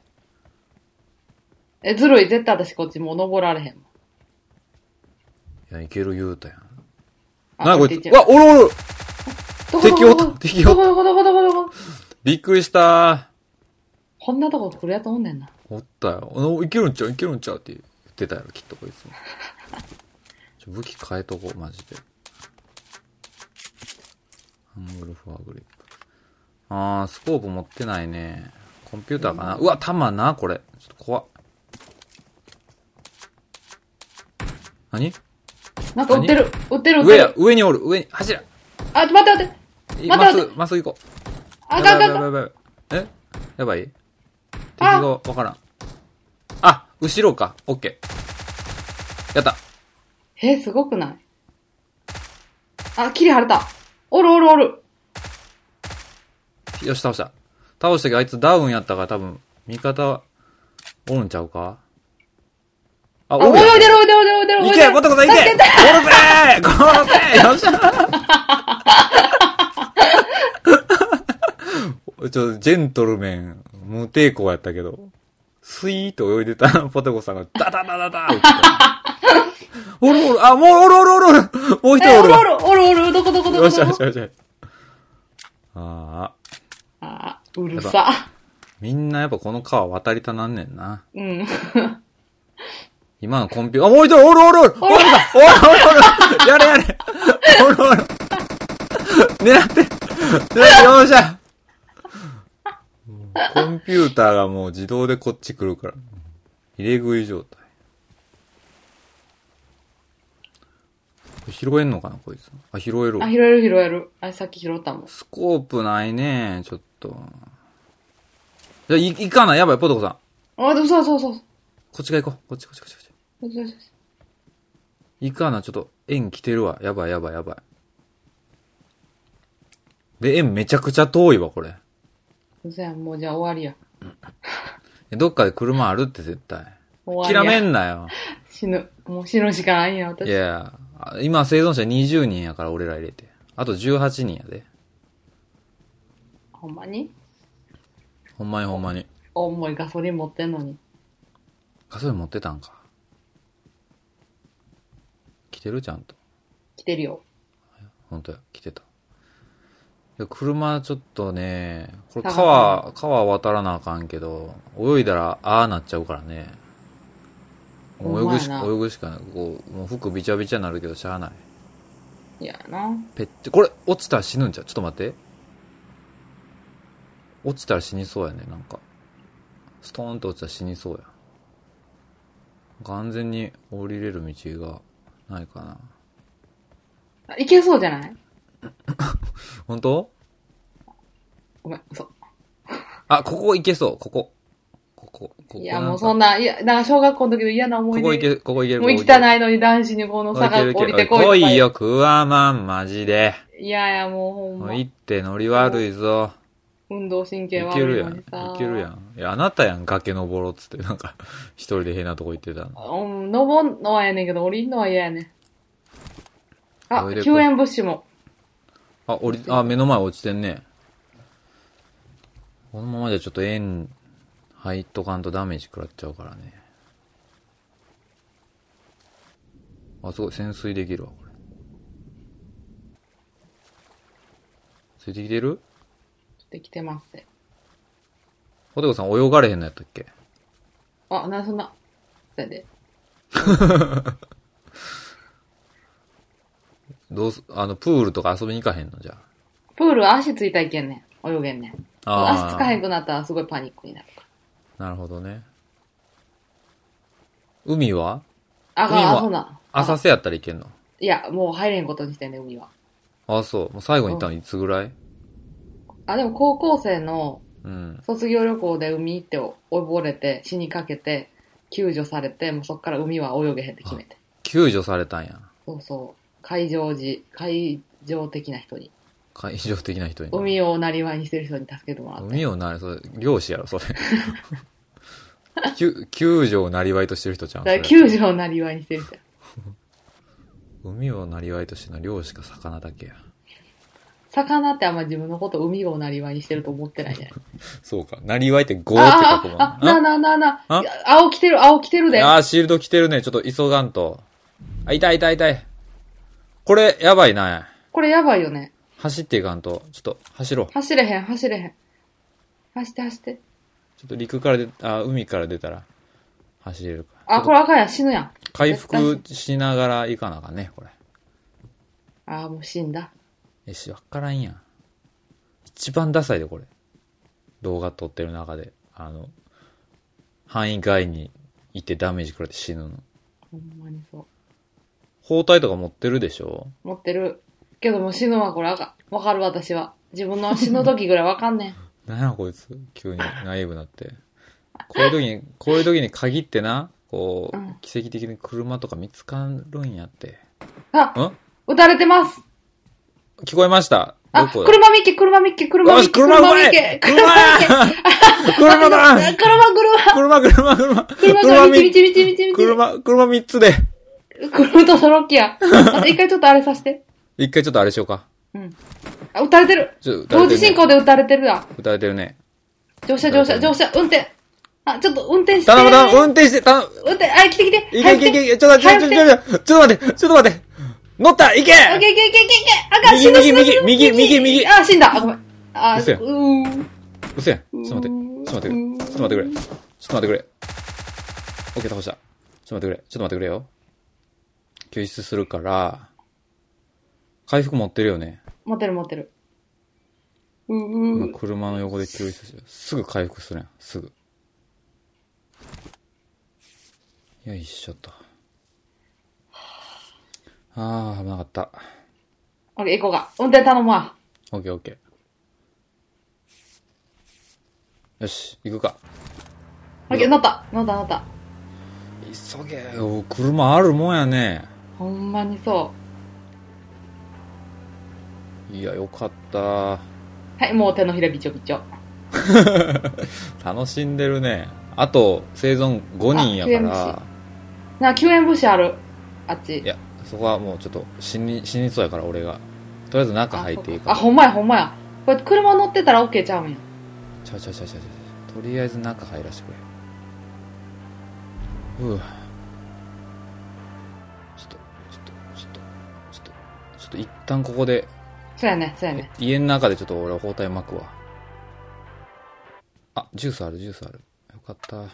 Speaker 2: え、ずるい。絶対私こっちもう登られへんもん。
Speaker 1: いや、いける言うたやん。
Speaker 2: あ
Speaker 1: なにこい
Speaker 2: こっ
Speaker 1: つ。
Speaker 2: ち
Speaker 1: うわ、おるおる
Speaker 2: どこ
Speaker 1: 敵おった
Speaker 2: どこ
Speaker 1: 敵おった
Speaker 2: どこどこどこどこどこ
Speaker 1: びっくりしたー。
Speaker 2: こんなとこ来るやつおんねんな。
Speaker 1: おったよ。あのいけるんちゃういけるんちゃうって言ってたやろ、きっとこいつも。ちょ武器変えとこう、マジで。ハングルフォアグリップ。あー、スコープ持ってないね。コンピューターかな。うわ、弾な、これ。ちょっと怖っ。何
Speaker 2: なんか売ってる。売ってる、売って
Speaker 1: 上や
Speaker 2: る。、
Speaker 1: 上におる、上に、走ら。
Speaker 2: あ、待って待って。
Speaker 1: い
Speaker 2: 待
Speaker 1: ま
Speaker 2: っ
Speaker 1: ってすぐ、まっすぐ行こう。
Speaker 2: あかんあ
Speaker 1: や
Speaker 2: かん
Speaker 1: ば
Speaker 2: あ
Speaker 1: いやばいやばいやばいえやばい敵
Speaker 2: あ
Speaker 1: がわからん。あ、後ろか。オッケー。やった。
Speaker 2: かん。え、すごくないあ、キリ晴れた。おるおるおる。
Speaker 1: よし、倒した。倒したけど、あいつダウンやったから多分、味方、おるんちゃうかあ、
Speaker 2: あ、泳いで
Speaker 1: や
Speaker 2: る
Speaker 1: ん
Speaker 2: 泳いでる泳いでる泳
Speaker 1: い
Speaker 2: いで
Speaker 1: け、
Speaker 2: る。
Speaker 1: もとこさんいけおるぜ
Speaker 2: 助けて
Speaker 1: ーおるぜーよっし ゃちょっと、ジェントルメン、無抵抗やったけど、スイーッと泳いでた ポテコさんが、ダダダダダー打ってたおるおる、あ、もうおるおるおるおるもう一
Speaker 2: え
Speaker 1: 人お
Speaker 2: お
Speaker 1: る
Speaker 2: るお
Speaker 1: わ。
Speaker 2: るおるおる、どこどこど
Speaker 1: よ
Speaker 2: こ
Speaker 1: っし
Speaker 2: ど
Speaker 1: ゃよっし
Speaker 2: こ
Speaker 1: ゃよっしゃ。ああ、
Speaker 2: あ、うるさ。
Speaker 1: みんなやっぱこの川渡りたなんねんな。
Speaker 2: うん。
Speaker 1: 今のコンピューあ、もう一人おるおるおるおるおるおるおるやれやれおるおる狙って狙ってよっしゃもうコンピューターがもう自動でこっち来るから。入れ食い状態。これ拾えんのかなこいつ。あ、拾えるわ
Speaker 2: あ、拾える拾える。あ、さっき拾ったもん。
Speaker 1: スコープないねちょっと。じゃあ、い、行かないやばい、ポトコさん。
Speaker 2: あ、でもそうそうそう。
Speaker 1: こっちが行こう。こっちこっちこっちこっち。
Speaker 2: そうそうそう
Speaker 1: いかな、ちょっと、円来てるわ。やばいやばいやばい。で、円めちゃくちゃ遠いわ、これ。
Speaker 2: 嘘やん、もうじゃあ終わりや。
Speaker 1: えどっかで車あるって絶対。
Speaker 2: 終
Speaker 1: 諦
Speaker 2: わり
Speaker 1: め
Speaker 2: や。
Speaker 1: んなよ。
Speaker 2: 死ぬ。もう死ぬしかないんや、
Speaker 1: い
Speaker 2: 私。
Speaker 1: や、あ今生存者20人やから、俺ら入れて。あと18人やで。
Speaker 2: ほんまに
Speaker 1: ほんまにほんまに。
Speaker 2: 重いガソリン持ってんのに。
Speaker 1: ガソリン持ってたんか。来てるちゃんと。
Speaker 2: 来てるよ。
Speaker 1: 本当や、来てた。いや車ちょっとね、これ
Speaker 2: 探
Speaker 1: 川、川渡らなあかんけど、泳いだらああなっちゃうからね。
Speaker 2: ほ
Speaker 1: 泳
Speaker 2: んま
Speaker 1: ぐ
Speaker 2: や
Speaker 1: し
Speaker 2: な
Speaker 1: 泳ぐしかない。こう、もう服びちゃびちゃになるけどしゃあない。
Speaker 2: いやな。
Speaker 1: ぺって、これ落ちたら死ぬんじゃうちょっと待って。落ちたら死にそうやね、なんか。ストーンと落ちたら死にそうや。完全に降りれる道がないかな。
Speaker 2: あいけそうじゃない
Speaker 1: 本当
Speaker 2: ごめん、嘘。
Speaker 1: あ、ここ行けそう、ここ。ここ、ここ。
Speaker 2: い
Speaker 1: な
Speaker 2: や、も
Speaker 1: ん
Speaker 2: う
Speaker 1: か
Speaker 2: そんな、いや、なんか小学校の時の嫌な思
Speaker 1: ここ
Speaker 2: い
Speaker 1: 行け
Speaker 2: 出。
Speaker 1: る、ここ行ける。
Speaker 2: もう行
Speaker 1: こ
Speaker 2: き
Speaker 1: こ
Speaker 2: た
Speaker 1: る
Speaker 2: ないのに男子にこの
Speaker 1: ここ行
Speaker 2: 坂
Speaker 1: ける
Speaker 2: 降りて
Speaker 1: お
Speaker 2: こいとか
Speaker 1: い来
Speaker 2: 言う
Speaker 1: いよ、クワマン、マジで。
Speaker 2: いやいや、もうほん
Speaker 1: も
Speaker 2: ま
Speaker 1: う。行って乗り悪いぞ。
Speaker 2: 運動神経
Speaker 1: い
Speaker 2: 悪
Speaker 1: ける
Speaker 2: い
Speaker 1: や
Speaker 2: の
Speaker 1: ん
Speaker 2: に。さ。
Speaker 1: いけるやん。いや、あなたやん、崖登ろうっつって、なんか、一人で変なとこ行ってたの。
Speaker 2: うん、登んのはやねんけど、降りんのは嫌やねん。あ
Speaker 1: おいで、こ
Speaker 2: 救援物資も。
Speaker 1: あ、降り、あ、目の前落ちてんね。このままじゃちょっと円入っとかんとダメージ食らっちゃうからね。あ、すごい、潜水できるわ、これ。ついてきてる
Speaker 2: できてますって。
Speaker 1: ポテコさん泳がれへんのやったっけ
Speaker 2: あ、な、そんな。それで。
Speaker 1: どうす、あの、プールとか遊びに行かへんのじゃ
Speaker 2: プールは足ついたらいけんねん。泳げんねん。
Speaker 1: あ。
Speaker 2: 足つかへん
Speaker 1: ん。
Speaker 2: くなったらすごいパニックになるか
Speaker 1: なるほどね。海は
Speaker 2: ら。あ、
Speaker 1: 海は
Speaker 2: あ、そうなん。
Speaker 1: 浅瀬やったらいけんの
Speaker 2: いや、もう入れんことにしてんねん、海は。
Speaker 1: あ、そう。もう最後に行ったのいつぐらい
Speaker 2: あ、でも高校生の
Speaker 1: うん。
Speaker 2: 卒業旅行で海行って溺れて、死にかけて、救助されて、もうそっから海は泳げへんって決めて。
Speaker 1: 救助されたんや。
Speaker 2: そうそう。海上時、海上的な人に。
Speaker 1: 海上的な人に。
Speaker 2: 海をなりわいにしてる人に助けてもらって。
Speaker 1: 海をなれ、それ、漁師やろ、それ。 救、救助をなりわいとしてる人じゃん。
Speaker 2: だか
Speaker 1: そ
Speaker 2: ら
Speaker 1: れ
Speaker 2: 救助をなりわいにしてる人や。
Speaker 1: 海をなりわいとしての漁師か魚だけや。
Speaker 2: 魚ってあんま自分のこと海をなりわいにしてると思ってないじゃない。
Speaker 1: そうか。なりわいってゴーって書
Speaker 2: あ
Speaker 1: くもん
Speaker 2: あ、あ、なあなあなあなあ
Speaker 1: あ
Speaker 2: いや青来てる、青来てるで。
Speaker 1: あー、シールド着てるね。ちょっと急がんと。あ、痛い痛い痛い。これ、やばいな。
Speaker 2: これやばいよね。
Speaker 1: 走っていかんと。ちょっと、走ろう。
Speaker 2: 走れへん、走れへん。走って走って。
Speaker 1: ちょっと陸からで、あ、海から出たら、走れるか。
Speaker 2: あ、これあかんやん、死ぬやん。
Speaker 1: 回復しながら行かなあかんね、これ。
Speaker 2: ああ、もう死んだ。
Speaker 1: えし、わからんやん。一番ダサいで、これ。動画撮ってる中で。あの、範囲外にいてダメージ食らって死ぬの。
Speaker 2: ほんまにそう。
Speaker 1: 包帯とか持ってるでしょ
Speaker 2: 持ってる。けどもう死ぬわ、これあかん。わかる、私は。自分の死ぬ時ぐらいわかんねん。
Speaker 1: なんやこいつ、急にナイーブなって。こういう時に、こういう時に限ってな、こう
Speaker 2: うん、
Speaker 1: 奇跡的に車とか見つかるんやって。
Speaker 2: あ
Speaker 1: ん
Speaker 2: 撃たれてます
Speaker 1: 聞こえました
Speaker 2: あ、
Speaker 1: どこだ
Speaker 2: 車見っけ、車見っけ、車
Speaker 1: よ
Speaker 2: 見っ
Speaker 1: し、
Speaker 2: け、車
Speaker 1: 車
Speaker 2: 見
Speaker 1: 来
Speaker 2: っ
Speaker 1: い
Speaker 2: け、
Speaker 1: 車
Speaker 2: 車見っけ。
Speaker 1: や車だ車、
Speaker 2: 車、車、
Speaker 1: 車、車
Speaker 2: 車が道、道、道、道、
Speaker 1: み
Speaker 2: 道、
Speaker 1: 車、車3つで。
Speaker 2: 車とそろきや。あと一回ちょっとあれさせて。
Speaker 1: 一回ちょっとあれしようか。
Speaker 2: うん。あ、撃たれてる。
Speaker 1: ちょっと
Speaker 2: 同時進行で撃たれてるだ。
Speaker 1: 撃たれてるね。
Speaker 2: 乗車、乗車、乗車、運転。あ、ちょっと運転して。
Speaker 1: 頼む頼む、運転して、頼む。
Speaker 2: 運転、あ、来て来て。
Speaker 1: いけいけいけ、ちょっと待っ
Speaker 2: 早
Speaker 1: て、
Speaker 2: く
Speaker 1: ちょっと待って、ちょっと待って、ちょっと待って。乗った行け
Speaker 2: いけいけいけいけいけ。あかん、死んだ死んだ死んだ
Speaker 1: 右右右右
Speaker 2: あ、死んだ。あ、ごめん。あ、う
Speaker 1: 嘘や
Speaker 2: ーん。
Speaker 1: うせやん。ちょっと待って、ちょっと待ってくれ。ちょっと待ってくれ。ちょっと待ってくれ。オッケー倒した。ちょっと待ってくれ。ちょっと待ってくれよ。救出するから、回復持ってるよね。
Speaker 2: 持ってる持ってる。うー
Speaker 1: 今
Speaker 2: ん。
Speaker 1: 車の横で救出する。すぐ回復するやん。すぐ。よいしょと。あー、危なかった。
Speaker 2: オッケー、行こうか。運転頼むわ。
Speaker 1: オッケーオッケー。よし、行くか。
Speaker 2: オッケー、乗った。乗った乗った。
Speaker 1: 急げよ。車あるもんやね。
Speaker 2: ほんまにそ
Speaker 1: いや、よかった。
Speaker 2: う。はい、もう手のひらびちょびちょ。
Speaker 1: 楽しんでるね。あと、生存5人やか
Speaker 2: あな、救援物資ある。あっ
Speaker 1: ら。い
Speaker 2: ち。
Speaker 1: や、そこはもうちょっと死に、死にそうやから俺が。とりあえず中入っていいか
Speaker 2: あ、
Speaker 1: ら。
Speaker 2: ほんまやほんまや。これ車乗ってたら OK ちゃうんや。
Speaker 1: ちゃうちゃうちゃうちゃうちゃう。とりあえず中入らせてくれ。うぅ。ちょっと、ちょっと、ちょっと、ちょっと、ちょっと一旦ここで、
Speaker 2: そうやね、そうやね。
Speaker 1: 家の中でちょっと俺は包帯巻くわ。あ、ジュースある、ジュースある。よかった。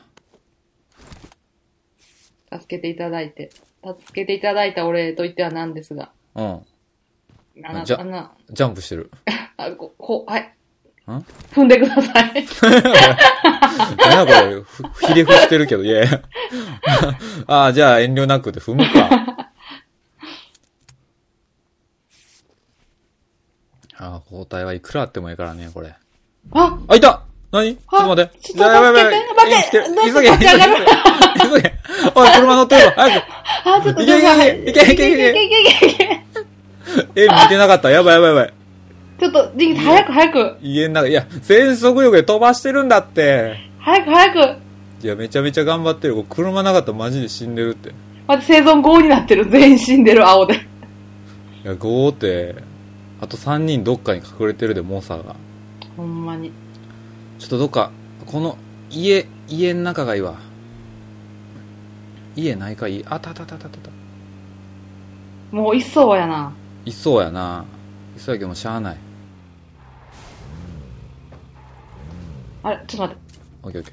Speaker 2: 助けていただいて。助けていただいたお礼と言ってはなんですが。
Speaker 1: うん。
Speaker 2: あな
Speaker 1: じゃ
Speaker 2: た、あな、
Speaker 1: ジャンプしてる。
Speaker 2: あ、こ、こう、はい。
Speaker 1: ん
Speaker 2: 踏んでください。
Speaker 1: 何やこれ、ふ、ひれ伏してるけど、いやいや。ああ、じゃあ遠慮なくて踏むか。ああ、包帯はいくらあってもいいからね、これ。
Speaker 2: あ、
Speaker 1: あ、いた何ちょっと待って。
Speaker 2: ちょっと
Speaker 1: やばいやばい
Speaker 2: 助けて待
Speaker 1: 急げ、
Speaker 2: ってどうやって立ち上が
Speaker 1: 急
Speaker 2: る
Speaker 1: げ。急げ。おい、車乗ってるわ。早く。
Speaker 2: あ、ちょっと
Speaker 1: いけいけ
Speaker 2: はい
Speaker 1: いけいけいけいけ
Speaker 2: いけいけいけいけ
Speaker 1: え、見てなかった。やばいやばいやばい。
Speaker 2: ちょっと、ジンギス早く早く。
Speaker 1: 家の中、いや、全速力で飛ばしてるんだって。
Speaker 2: 早く早く。
Speaker 1: いや、めちゃめちゃ頑張ってる。これ車なかったらマジで死んでるって。い
Speaker 2: 待って、生存5になってる。全員死んでる、青で。
Speaker 1: や、5って、あと3人どっかに隠れてるで、モーサーが。
Speaker 2: ほんまに。
Speaker 1: ちょっとどっか、この家、家の中がいいわ。家ないかいい。あったあったあったあったあった。
Speaker 2: もう、いっそうやな。
Speaker 1: いそうやな。いそうやけどもしゃあない。
Speaker 2: あれ、ちょっと待って。
Speaker 1: オッケーオッケ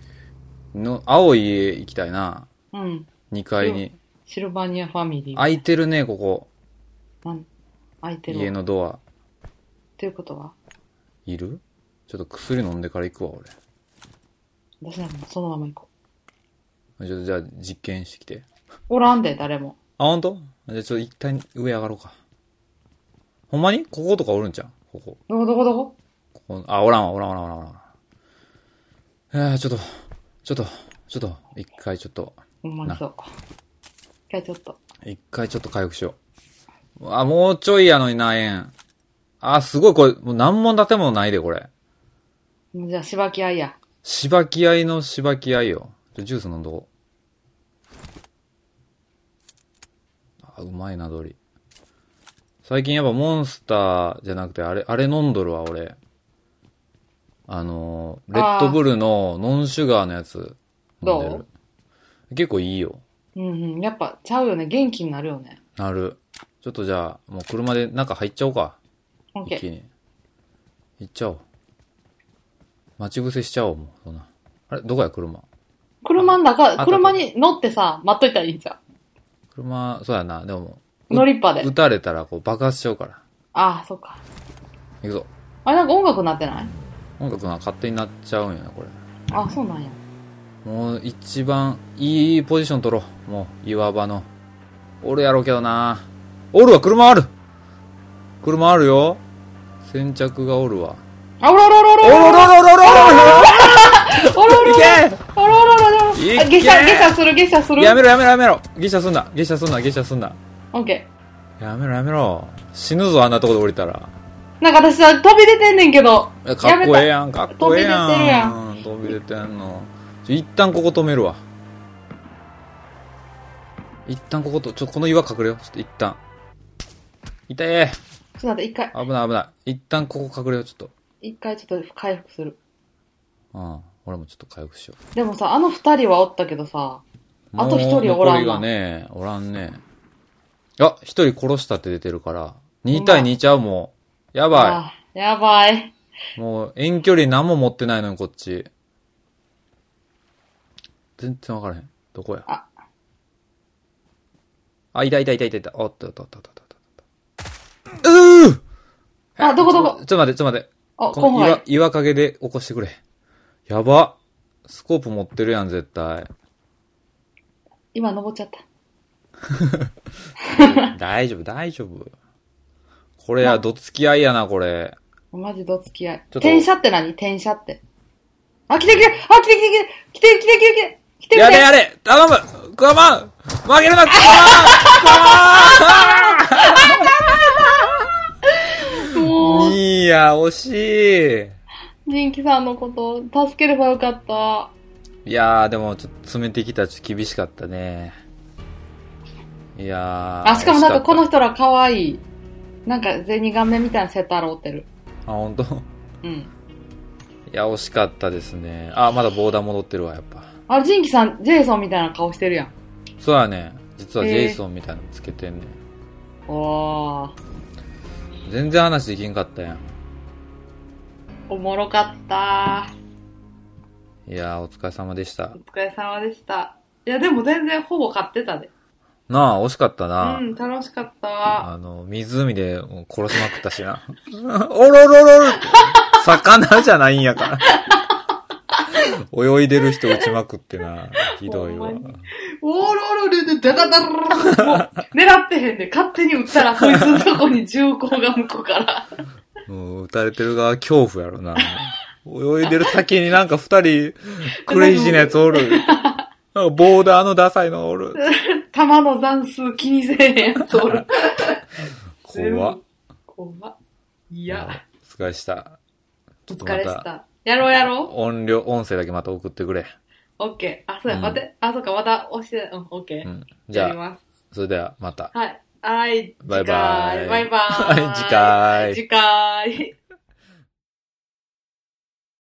Speaker 1: ー。の、青い家行きたいな。
Speaker 2: うん。
Speaker 1: 2階に。
Speaker 2: シルバニアファミリー。
Speaker 1: 開いてるね、ここ。
Speaker 2: なん開いてるわ。
Speaker 1: 家のドア。
Speaker 2: ということはい
Speaker 1: るちょっと薬飲んでから行くわ、
Speaker 2: 私なんかもうそのまま行こ
Speaker 1: 俺。ちょっとじゃあ実験してきて。
Speaker 2: う。おらんで、誰も。
Speaker 1: あ、ほんとじゃあちょっと一旦上上がろうか。ほんまにこことかおるんちゃうここ。
Speaker 2: どこどこどこ
Speaker 1: ここ。あ、おらんわ、おらんおらんおらんおらん。えー、ちょっと、ちょっと、ちょっと、一回ちょっと、
Speaker 2: ほんまにそう。一回ちょっと。
Speaker 1: 一回ちょっと回復しよう。あ、もうちょいやのにな、円。あ、すごい、これ、もう何も建物ないで、これ。
Speaker 2: じゃあ、しばき合いや。
Speaker 1: しばき合いのしばき合いよ。ちょジュース飲んどこう。あ、うまいな、どり。最近やっぱモンスターじゃなくて、あれ、あれ飲んどるわ、俺。あのー、レッドブルのノンシュガーのやつ飲んでる。
Speaker 2: ど
Speaker 1: 結構いいよ。
Speaker 2: うんうん。やっぱちゃうよね。元気になるよね。
Speaker 1: なる。ちょっとじゃあ、もう車で中入っちゃおうか。一
Speaker 2: OK。
Speaker 1: 気に。行っちゃおう。待ち伏せしちゃおう、もう。そんな。あれどこや、車。
Speaker 2: 車の
Speaker 1: った
Speaker 2: 中、車に乗ってさ、待っといたらいいんじゃん。
Speaker 1: 車、そうやな。でも、う
Speaker 2: 乗りっぱで
Speaker 1: 撃。たれたらこう爆発しちゃうから。
Speaker 2: ああ、そっか。
Speaker 1: 行くぞ。
Speaker 2: あれなんか音楽なってない
Speaker 1: 音楽が勝手になっちゃうんやな、これ。
Speaker 2: あそうなんや。
Speaker 1: もう一番いいポジション取ろう。もう、岩場の。おるやろうけどな。おるわ、車ある車あるよ。先着がおるわ。
Speaker 2: あおろろろ
Speaker 1: お
Speaker 2: ろ
Speaker 1: ろろろろろろ
Speaker 2: おろろ
Speaker 1: いけ
Speaker 2: おろろろろ
Speaker 1: いけ
Speaker 2: あ下車、下車する、下車する。
Speaker 1: やめろやめろやめろ下車すんな下車すんな下車すんな
Speaker 2: オッケ
Speaker 1: やめろやめろ死ぬぞあんなとこで降りたら
Speaker 2: ー。なんか私さ、飛び出てんねんけど。
Speaker 1: えかっこええ
Speaker 2: や
Speaker 1: やんかっこええ
Speaker 2: 飛び出てるや
Speaker 1: やん飛び出てんのちょ一旦ここ止めるわ一旦こことちょこの岩隠れようちょっと一旦痛え
Speaker 2: めた。ちょっと待って、一回、
Speaker 1: 危ない危ない一旦ここ隠れようちょっ
Speaker 2: 一回ちょっと回復する。
Speaker 1: とうん俺もちょっと回復しよう
Speaker 2: でもさ、あの二人はおったけどさ、あと一人
Speaker 1: もう
Speaker 2: おらんな
Speaker 1: 残りがねおらんねあ一人殺したって出てるから2対2ちゃうもうやばい
Speaker 2: あーやばい。
Speaker 1: もう遠距離何も持ってないのにこっち。全然わからへん。どこや。
Speaker 2: あ
Speaker 1: あ、いたいたいたいたいた。おっとおっとおっとおっとおっとおっと。うー
Speaker 2: あ、どこど
Speaker 1: ちょ
Speaker 2: こ
Speaker 1: ちょっと待って、ちょっと待って。
Speaker 2: あ、
Speaker 1: こ
Speaker 2: 今
Speaker 1: の岩岩
Speaker 2: 回。
Speaker 1: 陰で起こしてくれ。やば。スコープ持ってるやん、絶 対。
Speaker 2: 今登っちゃった。
Speaker 1: 大丈夫、大丈夫。これや、どつき合いやな、これ。
Speaker 2: マジどつき合い。
Speaker 1: ちょっと
Speaker 2: 転写って何転写って。あ、来て来てあ、来て来て来て来て来て来て来て来て
Speaker 1: やれやれ頼むクワマン負けるなクワマンクワ
Speaker 2: も
Speaker 1: マ
Speaker 2: う
Speaker 1: ン、いや、惜し
Speaker 2: 人気さんのこと、助ければよかった。
Speaker 1: い。いやー、でも、ちょっと詰めてきたちょっと厳しかったね。いやー。
Speaker 2: あ、しかもなんかこの
Speaker 1: 惜し
Speaker 2: 人ら可愛い。なんか銭亀みたいなセッターローってる。
Speaker 1: かった。あ、本当。 い
Speaker 2: うん。
Speaker 1: や、惜しかったですね。あ、まだボーダー戻ってるわ、やっぱ。
Speaker 2: あ、ジンキさん、ジェイソンみたいな顔してるやん。
Speaker 1: そうやね。実はジ
Speaker 2: え
Speaker 1: ェ
Speaker 2: ー
Speaker 1: イソンみたいなのつけてんね、
Speaker 2: おー。
Speaker 1: 全然話できんかったやん。
Speaker 2: おもろかった
Speaker 1: いやー、お疲れ様でした
Speaker 2: お。疲れ様でした。いや、でも全然ほぼ買ってたで。
Speaker 1: なあ、惜しかったな。
Speaker 2: うん、楽しかった。
Speaker 1: あの、湖でもう殺しまくったしな。 おろろろろ魚じゃないんや から。泳いでる人撃ちまくってな。ひどいわ
Speaker 2: ほ。んまおーろろるで、ダダダルルルもう、狙ってへんで、勝手に撃ったら、そいつのとこに銃口が向こうから。
Speaker 1: もう撃たれてる側恐怖やろな。泳いでる先になんか二人、クレイジーなやつおる。なんかボーダーのダサいのおる。
Speaker 2: 弾の残数気にせえへんやつおる。
Speaker 1: 怖っ。
Speaker 2: 怖っ。い
Speaker 1: い
Speaker 2: や、。
Speaker 1: お疲れした。
Speaker 2: お疲れ
Speaker 1: ちょっ
Speaker 2: し
Speaker 1: とま
Speaker 2: た。やろうやろう。
Speaker 1: 音量、音声だけまた送ってくれ。
Speaker 2: オッケー。あ、そうや、
Speaker 1: うん
Speaker 2: 待って。あ、そうか、また押して、うん、オッケ
Speaker 1: う
Speaker 2: ー。
Speaker 1: ん。じ
Speaker 2: やり
Speaker 1: ゃあ、
Speaker 2: ます。
Speaker 1: それではまた。
Speaker 2: はい。はい、
Speaker 1: バイバイ
Speaker 2: 次回バイバイ。
Speaker 1: はい次回
Speaker 2: 次回。